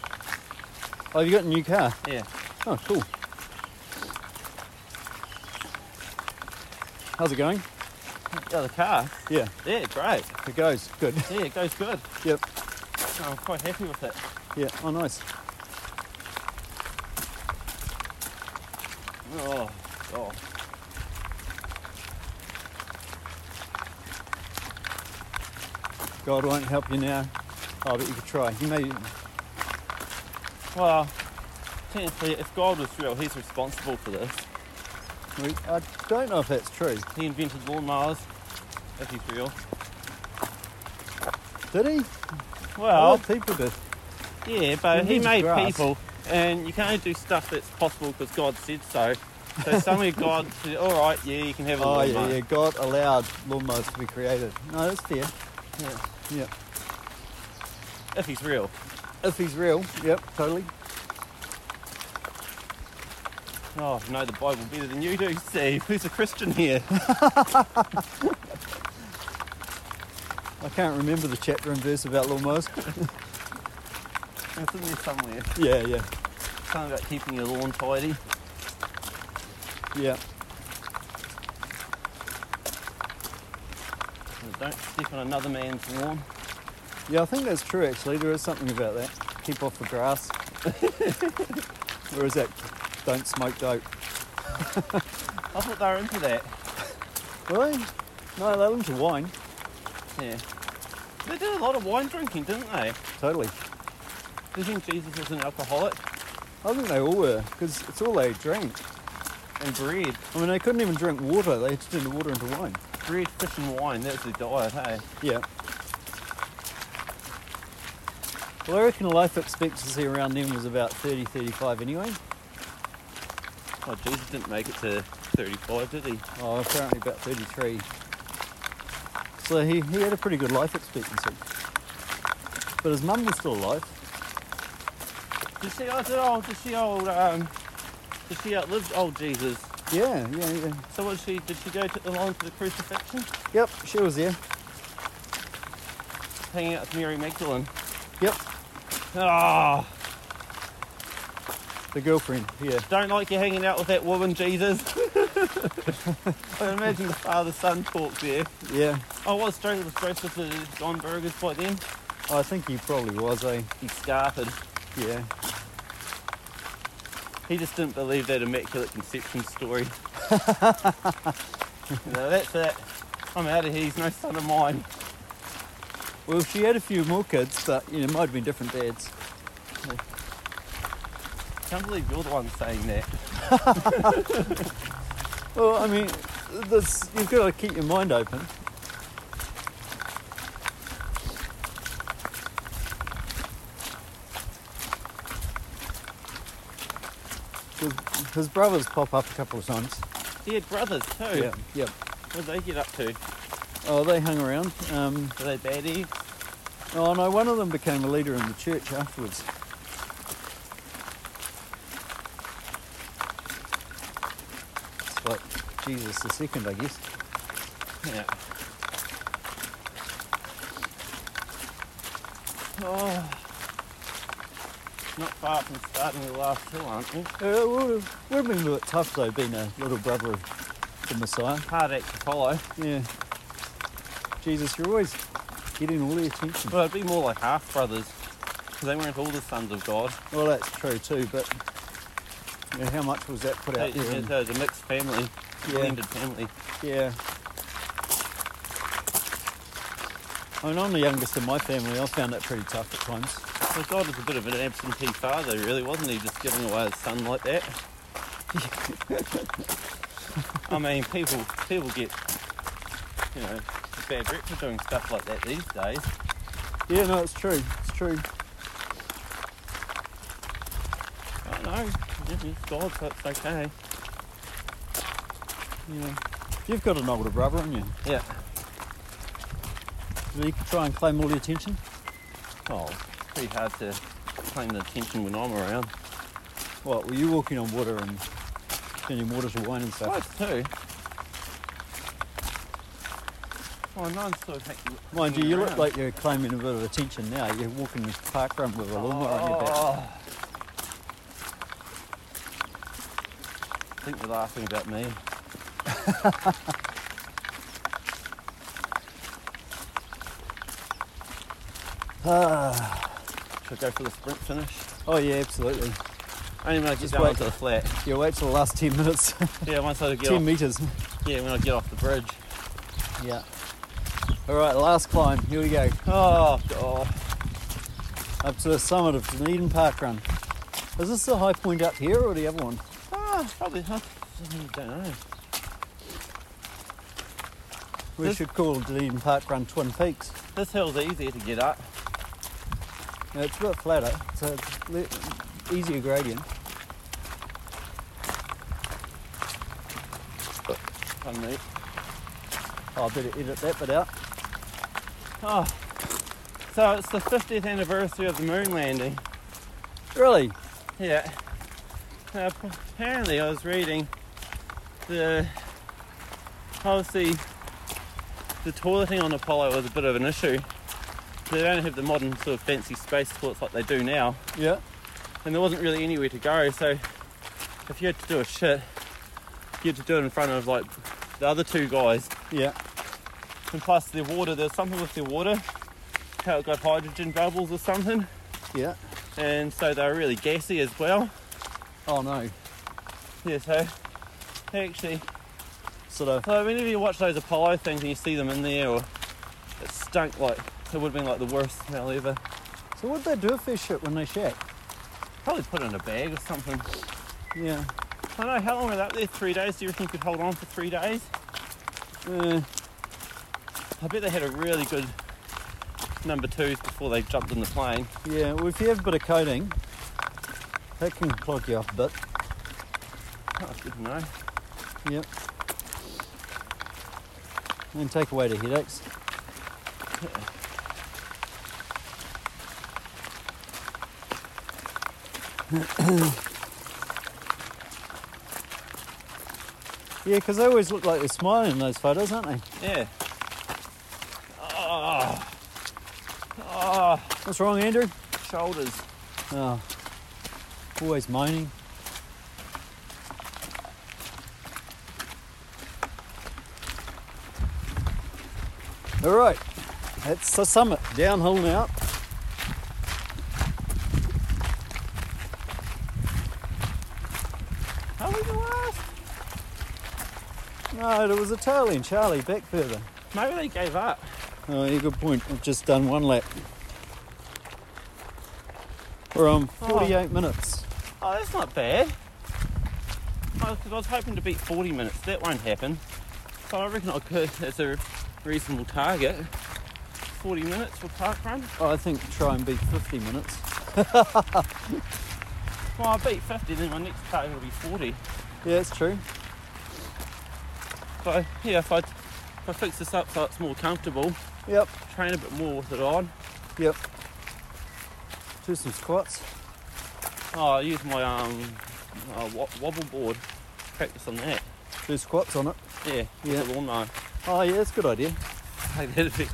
[SPEAKER 1] Oh, you got a new car?
[SPEAKER 2] Yeah.
[SPEAKER 1] Oh, cool. How's it going?
[SPEAKER 2] The other car.
[SPEAKER 1] Yeah,
[SPEAKER 2] Yeah, great.
[SPEAKER 1] it goes. Good.
[SPEAKER 2] Yeah, it goes good. Oh,
[SPEAKER 1] Yep.
[SPEAKER 2] I'm quite happy with it.
[SPEAKER 1] Yeah. Oh, nice.
[SPEAKER 2] Oh, oh.
[SPEAKER 1] God won't help you now. Oh, but you could try. You may.
[SPEAKER 2] Well, technically, if God was real, he's responsible for this.
[SPEAKER 1] we- I don't know if that's true.
[SPEAKER 2] He invented lawnmowers, if he's real.
[SPEAKER 1] Did he?
[SPEAKER 2] Well,
[SPEAKER 1] oh, people did.
[SPEAKER 2] yeah, but he
[SPEAKER 1] invented
[SPEAKER 2] made
[SPEAKER 1] grass.
[SPEAKER 2] people, and you can only do stuff that's possible because God said so. So somewhere God said, all right, yeah, you can have a
[SPEAKER 1] Oh, yeah,
[SPEAKER 2] lawnmower.
[SPEAKER 1] yeah. God allowed lawnmowers to be created. No, that's fair.
[SPEAKER 2] Yeah.
[SPEAKER 1] Yeah.
[SPEAKER 2] If he's real.
[SPEAKER 1] If he's real. Yep. Totally.
[SPEAKER 2] Oh, I know the Bible better than you do, Steve. Who's a Christian here?
[SPEAKER 1] I can't remember the chapter and verse about lawnmowers.
[SPEAKER 2] it's in there somewhere.
[SPEAKER 1] yeah, yeah,
[SPEAKER 2] Something about keeping your lawn tidy.
[SPEAKER 1] yeah.
[SPEAKER 2] And don't step on another man's lawn.
[SPEAKER 1] Yeah, I think that's true actually. There is something about that. Keep off the grass. or is that don't smoke dope?
[SPEAKER 2] I thought they were into that.
[SPEAKER 1] Really? No, they love to wine.
[SPEAKER 2] Yeah. They did a lot of wine drinking, didn't they?
[SPEAKER 1] Totally.
[SPEAKER 2] Do you think Jesus was an alcoholic?
[SPEAKER 1] I think they all were, because it's all they drank.
[SPEAKER 2] And bread.
[SPEAKER 1] I mean, they couldn't even drink water. They had to turn the water into wine.
[SPEAKER 2] Bread, fish and wine, that's their diet, hey?
[SPEAKER 1] Yeah. Well, I reckon life expectancy around them was about 30, 35 anyway.
[SPEAKER 2] Oh, Jesus didn't make it to 35, did he?
[SPEAKER 1] Oh, apparently about 33. So he, he had a pretty good life expectancy. But his mum was still alive.
[SPEAKER 2] Did she, oh, did, oh, did she old, um, did she outlived old Oh, Jesus?
[SPEAKER 1] Yeah, yeah, yeah.
[SPEAKER 2] So was she, did she go to, along to the crucifixion?
[SPEAKER 1] Yep, she was there.
[SPEAKER 2] Hanging out with Mary Magdalene.
[SPEAKER 1] Yep,
[SPEAKER 2] Ah,
[SPEAKER 1] the girlfriend. Yeah,
[SPEAKER 2] don't like you hanging out with that woman, Jesus. I imagine the father-son talk Oh, there.
[SPEAKER 1] yeah.
[SPEAKER 2] I was struggling with Joseph and John Burgers by then.
[SPEAKER 1] I think he probably was. Eh?
[SPEAKER 2] He started.
[SPEAKER 1] Yeah.
[SPEAKER 2] He just didn't believe that immaculate conception story. no, that's it. I'm out of here. He's no son of mine.
[SPEAKER 1] Well, she had a few more kids, but you know, might have been different dads.
[SPEAKER 2] Can't believe you're the one saying that.
[SPEAKER 1] Well, I mean, this, you've got to keep your mind open. His, his brothers pop up a couple of times.
[SPEAKER 2] They're brothers too.
[SPEAKER 1] Yeah, yeah.
[SPEAKER 2] What do they get up to? Are
[SPEAKER 1] Oh, they hung around. Um,
[SPEAKER 2] they baddies?
[SPEAKER 1] oh no, one of them became a leader in the church afterwards. It's like Jesus the second, I guess.
[SPEAKER 2] Yeah. Oh, not far from starting the last hill, aren't we?
[SPEAKER 1] Uh, it would have, would have been a bit tough though, being a little brother of the Messiah.
[SPEAKER 2] Hard act to follow.
[SPEAKER 1] Yeah. Jesus, you're always getting all the attention.
[SPEAKER 2] Well, it'd be more like half brothers, because they weren't all the sons of God.
[SPEAKER 1] Well, that's true too, but you know, how much was that put
[SPEAKER 2] They,
[SPEAKER 1] out there?
[SPEAKER 2] they,
[SPEAKER 1] in-
[SPEAKER 2] they was a mixed family,
[SPEAKER 1] Yeah.
[SPEAKER 2] blended family.
[SPEAKER 1] Yeah. I mean, I'm the youngest in my family. I found that pretty tough at times.
[SPEAKER 2] So God was a bit of an absentee father, really, wasn't he? Just giving away his son like that. I mean, people people get you know bad rep for doing stuff like that these days.
[SPEAKER 1] Yeah, no, it's true. It's true.
[SPEAKER 2] I don't know. Yeah, It's God, so it's okay.
[SPEAKER 1] Yeah. You've got an older brother, haven't you?
[SPEAKER 2] Yeah.
[SPEAKER 1] Do you try and claim all the attention?
[SPEAKER 2] Oh, pretty hard to claim the attention when I'm around.
[SPEAKER 1] What, were you walking on water and turning water to wine and stuff?
[SPEAKER 2] Close too. Oh, no one's sort of hanging-
[SPEAKER 1] Mind you,
[SPEAKER 2] hanging
[SPEAKER 1] you look
[SPEAKER 2] around.
[SPEAKER 1] like you're claiming a bit of attention now. You're walking this park run with a lawnmower on your back.
[SPEAKER 2] Oh. I think they're laughing about me. Ah. Should I go for the sprint finish?
[SPEAKER 1] Oh, yeah, absolutely.
[SPEAKER 2] Only when I get
[SPEAKER 1] Just
[SPEAKER 2] down
[SPEAKER 1] wait.
[SPEAKER 2] onto the flat.
[SPEAKER 1] You wait till the last 10 minutes,
[SPEAKER 2] Yeah, once I get
[SPEAKER 1] 10
[SPEAKER 2] off,
[SPEAKER 1] metres.
[SPEAKER 2] yeah, when I get off the bridge.
[SPEAKER 1] Yeah. All right, last climb. Here we go.
[SPEAKER 2] Oh god.
[SPEAKER 1] up to the summit of Dunedin Park Run. Is this the high point up here or the other one?
[SPEAKER 2] Ah, probably not. I don't know.
[SPEAKER 1] We
[SPEAKER 2] This-
[SPEAKER 1] should call Dunedin Park Run Twin Peaks.
[SPEAKER 2] This hill's easier to get up.
[SPEAKER 1] Now, it's a bit flatter, so it's le- easier gradient.
[SPEAKER 2] Pardon me.
[SPEAKER 1] Oh, I better edit that bit out.
[SPEAKER 2] Oh. So it's the 50th anniversary of the moon landing.
[SPEAKER 1] Really?
[SPEAKER 2] Yeah. Now, p- apparently, I was reading the policy. The toileting on Apollo was a bit of an issue. They don't have the modern sort of fancy space toilets like they do now,
[SPEAKER 1] Yeah.
[SPEAKER 2] and there wasn't really anywhere to go. So, if you had to do a shit, you had to do it in front of like the other two guys.
[SPEAKER 1] Yeah.
[SPEAKER 2] And plus, their water, there's something with their water, how it got hydrogen bubbles or something,
[SPEAKER 1] Yeah.
[SPEAKER 2] and so they were really gassy as well.
[SPEAKER 1] Oh no.
[SPEAKER 2] Yeah, so actually,
[SPEAKER 1] Sort of.
[SPEAKER 2] so whenever you watch those Apollo things and you see them in there, or it stunk like it would have been like the worst smell ever.
[SPEAKER 1] So what would they do if they shit when they shack?
[SPEAKER 2] Probably put it in a bag or something.
[SPEAKER 1] Yeah.
[SPEAKER 2] I don't know how long were they up there? Three days? Do you reckon you could hold on for three days?
[SPEAKER 1] Uh,
[SPEAKER 2] I bet they had a really good number twos before they jumped in the plane.
[SPEAKER 1] yeah. Well, if you have a bit of coating, that can clog you up a bit.
[SPEAKER 2] Oh, I didn't know.
[SPEAKER 1] Yep. And take away the headaches. yeah, because they always look like they're smiling in those photos, aren't they?
[SPEAKER 2] Yeah. Oh,
[SPEAKER 1] What's wrong, Andrew?
[SPEAKER 2] shoulders.
[SPEAKER 1] Oh, always moaning. All right, that's the summit. Downhill now.
[SPEAKER 2] How we the last?
[SPEAKER 1] No, there was a tail end, Charlie, back further.
[SPEAKER 2] Maybe they gave up.
[SPEAKER 1] Oh, yeah, good point. I've just done one lap. We're on 48 minutes.
[SPEAKER 2] Oh, that's not bad. Because I was hoping to beat 40 minutes. That won't happen. So I reckon I could, as a reasonable target, 40 minutes for park run.
[SPEAKER 1] I think try and beat 50 minutes.
[SPEAKER 2] Well, I beat 50, then my next target will be 40.
[SPEAKER 1] Yeah, it's true.
[SPEAKER 2] So, yeah, if I, if I fix this up so it's more comfortable,
[SPEAKER 1] Yep,
[SPEAKER 2] train a bit more with it on.
[SPEAKER 1] yep. Do some squats.
[SPEAKER 2] Oh, I use my um, uh, wo- wobble board, practice on that.
[SPEAKER 1] Do squats on it.
[SPEAKER 2] Yeah, yeah.
[SPEAKER 1] Yeah.
[SPEAKER 2] the lawnmower.
[SPEAKER 1] Oh, yeah, that's a good idea.
[SPEAKER 2] Hey, that'd be-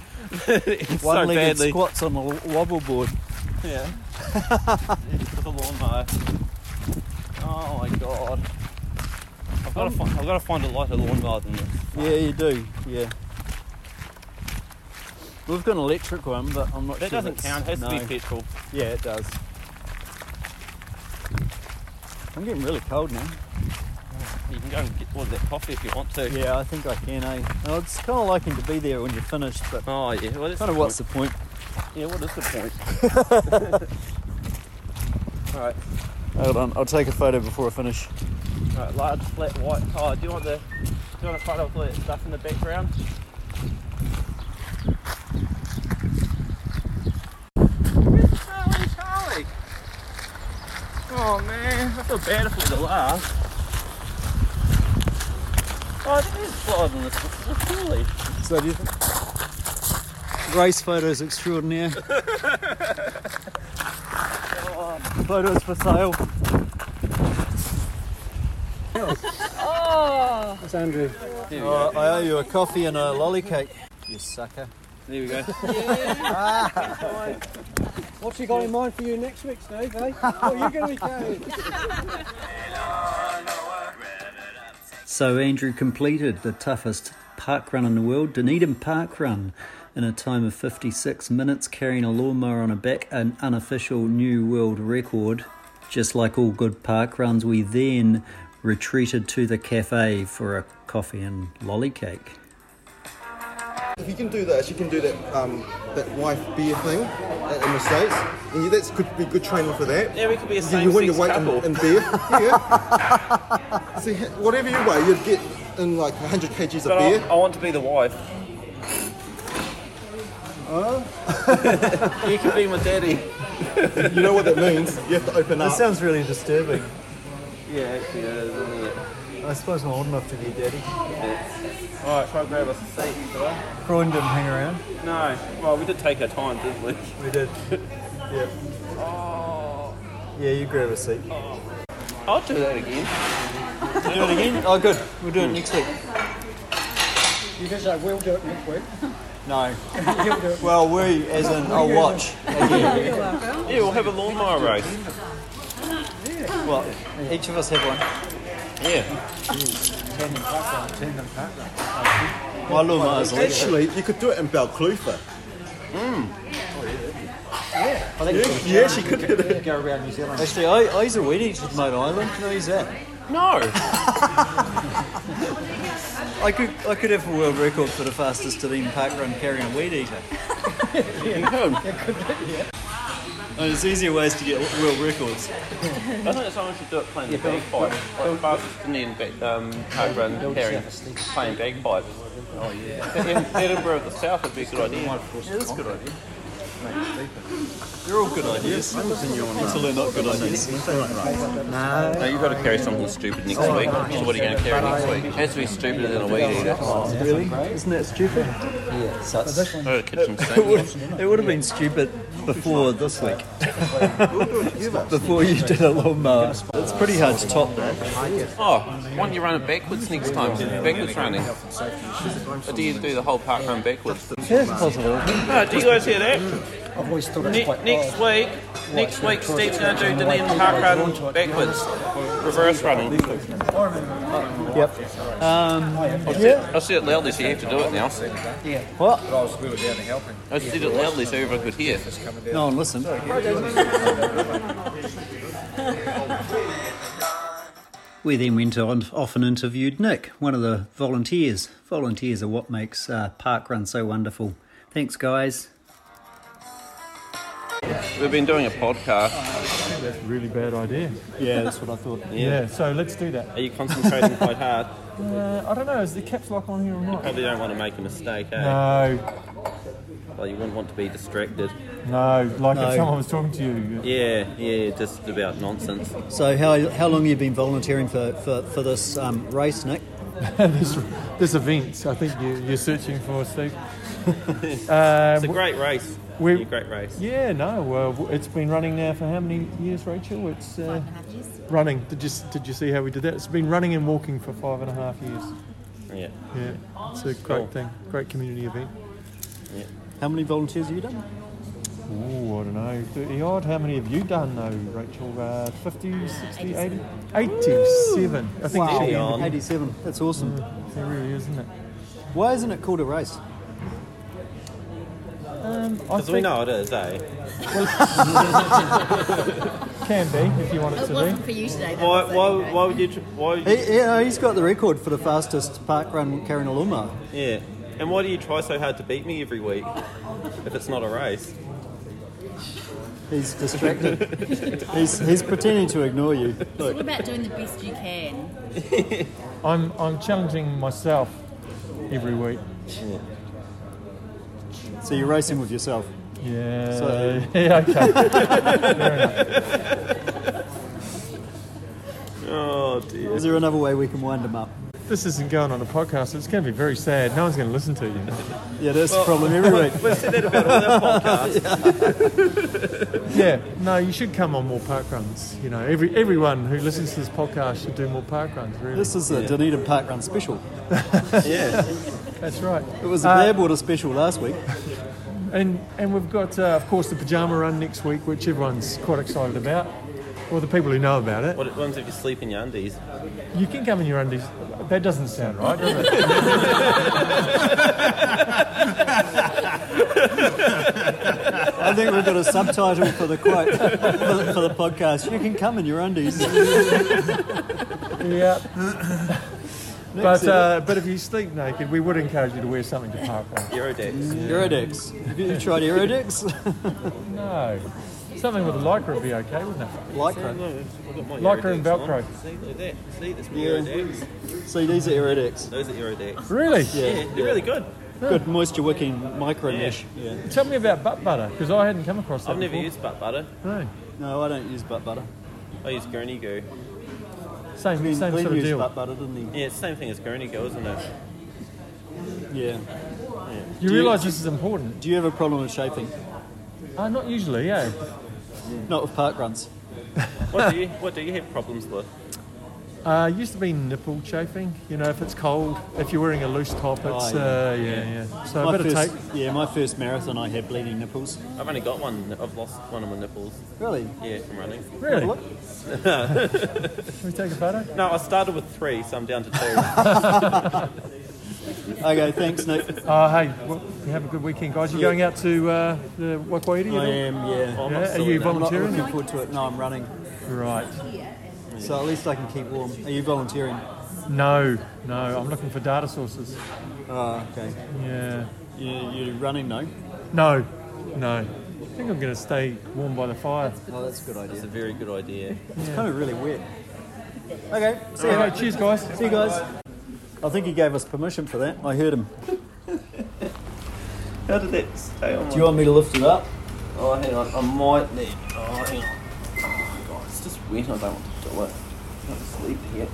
[SPEAKER 2] it's so
[SPEAKER 1] One-legged
[SPEAKER 2] badly.
[SPEAKER 1] squats on a w- wobble board.
[SPEAKER 2] Yeah. it's with a lawnmower. Oh my god. I've got, to find, I've got to find a lighter lawnmower than this.
[SPEAKER 1] Yeah, you do. Yeah. We've got an electric one, but I'm not
[SPEAKER 2] That
[SPEAKER 1] sure. if
[SPEAKER 2] doesn't
[SPEAKER 1] it's-
[SPEAKER 2] count, it has
[SPEAKER 1] no.
[SPEAKER 2] to be petrol.
[SPEAKER 1] Yeah, it does. I'm getting really cold now.
[SPEAKER 2] You can go and get all that coffee if you want to.
[SPEAKER 1] Yeah, I think I can, eh? Oh, it's kind of liking to be there when you're finished, but
[SPEAKER 2] Oh yeah, well, that's
[SPEAKER 1] kind
[SPEAKER 2] the
[SPEAKER 1] of what's the
[SPEAKER 2] point.
[SPEAKER 1] point?
[SPEAKER 2] Yeah, what is the point?
[SPEAKER 1] Alright. Hold on, I'll take a photo before I finish.
[SPEAKER 2] Right, large flat white tire. Do you want the do you want to fight off all that stuff in the background? Where's Charlie Charlie? Oh man, I feel bad if we're the last. Oh, it is flawed in this surely.
[SPEAKER 1] So, do you think? Race photos extraordinaire. Photos for sale.
[SPEAKER 6] It's Andrew.
[SPEAKER 1] Oh, I owe you a coffee and a lolly cake. You sucker.
[SPEAKER 2] There we go.
[SPEAKER 6] What's he got in mind for you next week, Steve? Eh? What are you going to be carrying?
[SPEAKER 7] So Andrew completed the toughest park run in the world, Dunedin Park Run, in a time of 56 minutes, carrying a lawnmower on her back, an unofficial new world record. Just like all good park runs, we then retreated to the cafe for a coffee and lolly cake.
[SPEAKER 8] If you can do that, she can do that um, that wife beer thing uh, in the states. And you, that could be good training for that.
[SPEAKER 2] Yeah, we could be a
[SPEAKER 8] You- you
[SPEAKER 2] same-sex
[SPEAKER 8] win your weight in,
[SPEAKER 2] couple.
[SPEAKER 8] in beer. Yeah. See, h- whatever you weigh, you'd get in like 100 kgs of
[SPEAKER 2] But I,
[SPEAKER 8] beer.
[SPEAKER 2] I want to be the wife. you can be my daddy.
[SPEAKER 8] You know what that means? You have to open up.
[SPEAKER 1] That sounds really disturbing.
[SPEAKER 2] Yeah, actually, it is, isn't it?
[SPEAKER 1] I suppose I'm old enough to be daddy.
[SPEAKER 2] Alright, try and grab us a seat, shall I?
[SPEAKER 1] Croydon didn't hang around.
[SPEAKER 2] No. Well, we did take our time, didn't we?
[SPEAKER 1] We did. yeah. Yeah, you grab a seat. Do
[SPEAKER 2] I'll do that again.
[SPEAKER 1] it again? Oh, good. We'll do it next week.
[SPEAKER 6] You can say, we'll do it next week.
[SPEAKER 1] No.
[SPEAKER 6] You'll do it.
[SPEAKER 1] Well, we, as in, I'll watch.
[SPEAKER 2] Yeah, we'll have a lawnmower race.
[SPEAKER 1] Well, each of us have one.
[SPEAKER 2] Yeah.
[SPEAKER 1] My little mother's
[SPEAKER 8] Actually, you could do it in Balclutha.
[SPEAKER 1] Hmm. I think it's
[SPEAKER 8] Yeah, she could do that.
[SPEAKER 6] Go around New Zealand.
[SPEAKER 1] Actually, I, I used to weed each at Moat Island. No, he's that.
[SPEAKER 2] No.
[SPEAKER 1] I could I could have a world record for the fastest Dunedin park run carrying a weed eater. I mean, Uh, there's easier ways to get world records.
[SPEAKER 2] I think that's someone should do it playing the bagpipe. Like fastest Indian ba- um, tug run carrying, playing bagpipe. Oh yeah. In Edinburgh of the South would be a good idea.
[SPEAKER 1] That's a good idea. They're all good ideas. Until they're not good ideas.
[SPEAKER 2] No, you've got to carry something stupid next
[SPEAKER 1] Oh,
[SPEAKER 2] week. So what are you going to carry next week? It has to be stupider than a weed eater.
[SPEAKER 1] Really? Isn't that stupid? Yeah, sucks.
[SPEAKER 2] Oh, the kitchen
[SPEAKER 1] It
[SPEAKER 2] sink.
[SPEAKER 1] would, it would have been stupid before this week. before you did a lawnmower. It's pretty hard to top that.
[SPEAKER 2] Oh, why don't you run it backwards next time? Backwards running. Or do you do the whole park run backwards?
[SPEAKER 1] That's possible.
[SPEAKER 2] Oh, do you guys hear that?
[SPEAKER 6] I've always thought
[SPEAKER 2] Ne-
[SPEAKER 6] it's quite
[SPEAKER 2] next
[SPEAKER 9] Oh.
[SPEAKER 2] week, next week, Steve's going to do Dunedin Park Run backwards, reverse running.
[SPEAKER 1] Yep. Um,
[SPEAKER 2] I'll say, I'll say it loudly so you have to do it now.
[SPEAKER 1] What?
[SPEAKER 2] I said it loudly so everyone could hear.
[SPEAKER 1] No, and listen.
[SPEAKER 7] We then went on, off and interviewed Nick, one of the volunteers. Volunteers are what makes uh, park run so wonderful. Thanks, guys.
[SPEAKER 2] We've been doing a podcast.
[SPEAKER 9] That's a really bad idea.
[SPEAKER 6] Yeah, that's what I thought.
[SPEAKER 9] Yeah. so let's do that.
[SPEAKER 2] Are you concentrating quite hard?
[SPEAKER 9] Uh, I don't know, is the caps lock on here or not?
[SPEAKER 2] Probably don't want to make a mistake, eh?
[SPEAKER 9] No,
[SPEAKER 2] Well, you wouldn't want to be distracted.
[SPEAKER 9] no, like if someone was talking to you.
[SPEAKER 2] Yeah, yeah, just about nonsense.
[SPEAKER 1] So how, how long have you been volunteering for, for, for this um, race, Nick?
[SPEAKER 9] this, this event, I think you, you're searching for, Steve. uh,
[SPEAKER 2] It's a great race.
[SPEAKER 9] We-
[SPEAKER 2] Yeah, great race.
[SPEAKER 9] Yeah, no, uh, w- it's been running now for how many years, Rachel? It's uh, running. Did you s- did you see how we did that? It's been running and walking for five and a half years.
[SPEAKER 2] Yeah.
[SPEAKER 9] Yeah, it's a great
[SPEAKER 2] Cool.
[SPEAKER 9] thing, great community event.
[SPEAKER 1] How many volunteers have you done?
[SPEAKER 9] Oh, I don't know, 30 odd. How many have you done though, Rachel? Uh, 50, 60, 80? 87. I think
[SPEAKER 2] Wow.
[SPEAKER 9] she-
[SPEAKER 2] on.
[SPEAKER 1] 87. That's awesome.
[SPEAKER 9] It really is, isn't it?
[SPEAKER 1] Why isn't it called a race?
[SPEAKER 9] Um, I
[SPEAKER 2] Because
[SPEAKER 9] think
[SPEAKER 2] we know it is, eh?
[SPEAKER 9] it can be if you
[SPEAKER 1] Uh,
[SPEAKER 9] want it
[SPEAKER 10] It
[SPEAKER 9] to
[SPEAKER 10] wasn't for you today, though.
[SPEAKER 2] Why,
[SPEAKER 10] was it?
[SPEAKER 2] why, why would you. tr- Why would you
[SPEAKER 1] He, yeah, he's got the record for the fastest park run carrying a lawnmower.
[SPEAKER 2] yeah. And why do you try so hard to beat me every week if it's not a race?
[SPEAKER 1] He's distracted. he's, he's pretending to ignore you.
[SPEAKER 10] It's all about doing the best you can.
[SPEAKER 9] be. I'm, I'm challenging myself every week.
[SPEAKER 1] So you're racing with yourself.
[SPEAKER 9] Yeah.
[SPEAKER 1] So-
[SPEAKER 9] yeah, okay.
[SPEAKER 2] Oh, dear.
[SPEAKER 1] Is there another way we can wind him up?
[SPEAKER 9] this isn't going on a podcast. It's going to be very sad. No one's going to listen to you.
[SPEAKER 1] Yeah, that's the problem every week.
[SPEAKER 2] We've said that about all our podcasts.
[SPEAKER 9] Yeah, no, you should come on more park runs. You know, every everyone who listens to this podcast should do more park runs. Really,
[SPEAKER 1] This is a Dunedin Park Run special.
[SPEAKER 2] Yeah.
[SPEAKER 9] that's right.
[SPEAKER 1] It was a
[SPEAKER 9] Uh,
[SPEAKER 1] Blairwater special last week.
[SPEAKER 9] And and we've got, uh, of course, the pajama run next week, which everyone's quite excited about. Well, the people who know about it.
[SPEAKER 2] What it ones if you sleep in your undies?
[SPEAKER 9] You can come in your undies. That doesn't sound right, does it?
[SPEAKER 1] I think we've got a subtitle for the quote for the, for the podcast. You can come in your undies.
[SPEAKER 9] yeah. but uh, but if you sleep naked, we would encourage you to wear something to park run.
[SPEAKER 2] Eurodex.
[SPEAKER 1] Aerodex. Have you tried Aerodex?
[SPEAKER 9] No, something with a lycra would be okay, wouldn't it?
[SPEAKER 1] Lycra.
[SPEAKER 9] Lycra and Velcro.
[SPEAKER 2] See, look at that. See, that's my
[SPEAKER 1] Yeah.
[SPEAKER 2] Eurodex.
[SPEAKER 1] See, these are Aerodex.
[SPEAKER 2] Those are Eurodex.
[SPEAKER 9] Really?
[SPEAKER 2] Yeah, they're really good.
[SPEAKER 1] Good moisture wicking micro mesh. Yeah.
[SPEAKER 9] Tell me about butt butter because I hadn't come across that.
[SPEAKER 2] I've never
[SPEAKER 9] before.
[SPEAKER 2] used butt butter.
[SPEAKER 9] No,
[SPEAKER 1] No, I don't use butt butter.
[SPEAKER 2] I use Gurney Goo.
[SPEAKER 9] same
[SPEAKER 1] Glenn,
[SPEAKER 9] same
[SPEAKER 1] Glenn
[SPEAKER 9] sort of
[SPEAKER 1] used
[SPEAKER 9] deal.
[SPEAKER 1] butt butter, didn't
[SPEAKER 2] Yeah, it's the same thing as Gurney Goo, isn't it?
[SPEAKER 1] he? Yeah.
[SPEAKER 9] You
[SPEAKER 1] Do you-
[SPEAKER 9] realise this is important?
[SPEAKER 1] Do you have a problem with shaping?
[SPEAKER 9] Uh, not usually, yeah.
[SPEAKER 1] Not with park runs.
[SPEAKER 2] What do you What do you have problems with?
[SPEAKER 9] Uh, it used to be nipple chafing. You know, if it's cold, if you're wearing a loose top, it's
[SPEAKER 1] Oh, yeah.
[SPEAKER 9] uh, yeah, yeah, So a bit of
[SPEAKER 1] first,
[SPEAKER 9] tape.
[SPEAKER 1] yeah, my first marathon, I had bleeding nipples.
[SPEAKER 2] I've only got one. I've lost one of my nipples.
[SPEAKER 1] Really?
[SPEAKER 2] Yeah, from running.
[SPEAKER 9] Really?
[SPEAKER 1] Look.
[SPEAKER 9] Can we take a photo?
[SPEAKER 2] No, I started with three, so I'm down to two.
[SPEAKER 1] Okay, thanks, Nick.
[SPEAKER 9] Oh, hey, well, you have a good weekend, guys. You are going out to uh, the Wakwaiti?
[SPEAKER 1] I am, Oh, yeah.
[SPEAKER 2] I'm
[SPEAKER 9] Yeah,
[SPEAKER 2] not
[SPEAKER 9] are
[SPEAKER 2] still
[SPEAKER 9] you
[SPEAKER 1] I'm
[SPEAKER 2] in that.
[SPEAKER 1] not
[SPEAKER 9] volunteering?
[SPEAKER 1] looking forward to it. No, I'm running.
[SPEAKER 9] Right.
[SPEAKER 1] So at least I can keep warm. Are you volunteering?
[SPEAKER 9] No, no, I'm looking for data sources.
[SPEAKER 1] Oh, okay.
[SPEAKER 9] Yeah.
[SPEAKER 1] You, you're running, no?
[SPEAKER 9] No, no. I think I'm going to stay warm by the fire.
[SPEAKER 1] Oh, that's a good idea.
[SPEAKER 2] That's a very good idea.
[SPEAKER 1] It's kind of really wet. Okay, see you,
[SPEAKER 9] Okay, cheers, guys.
[SPEAKER 1] see you guys. I think he gave us permission for that. I heard him.
[SPEAKER 2] How did that stay on?
[SPEAKER 1] Do you want me to lift it up?
[SPEAKER 2] Oh, hang on. I might need. Oh, hang on. Oh, God, it's just wet. I don't want to do it. I'm asleep here.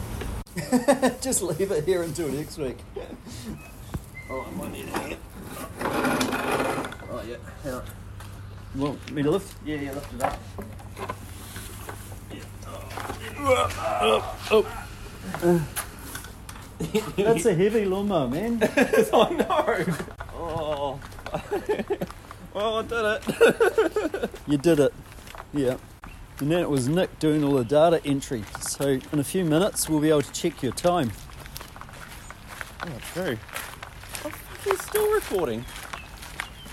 [SPEAKER 1] Just leave it here until next week.
[SPEAKER 2] Oh, I might need a hand. Oh, yeah. Hang on.
[SPEAKER 1] You want me to lift?
[SPEAKER 2] Yeah, yeah, lift it up.
[SPEAKER 1] That's a heavy lawnmower, man.
[SPEAKER 2] I know. Oh. well, I did it.
[SPEAKER 1] You did it. Yeah. And then it was Nick doing all the data entry. So in a few minutes, we'll be able to check your time.
[SPEAKER 2] Oh, true. He's still recording.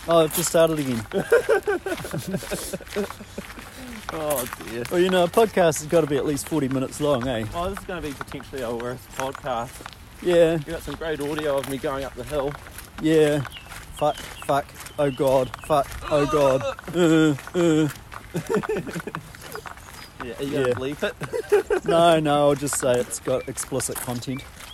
[SPEAKER 1] Oh, I've just started again.
[SPEAKER 2] Oh, dear.
[SPEAKER 1] Well, you know, a podcast has got to be at least 40 minutes long, eh?
[SPEAKER 2] Oh, this is going to be potentially our worst podcast.
[SPEAKER 1] Yeah,
[SPEAKER 2] You got some great audio of me going up the hill.
[SPEAKER 1] yeah. fuck, fuck, oh god, fuck, oh god.
[SPEAKER 11] Yeah, are you gonna
[SPEAKER 1] Yeah.
[SPEAKER 11] bleep it?
[SPEAKER 1] No, no, I'll just say it's got explicit content.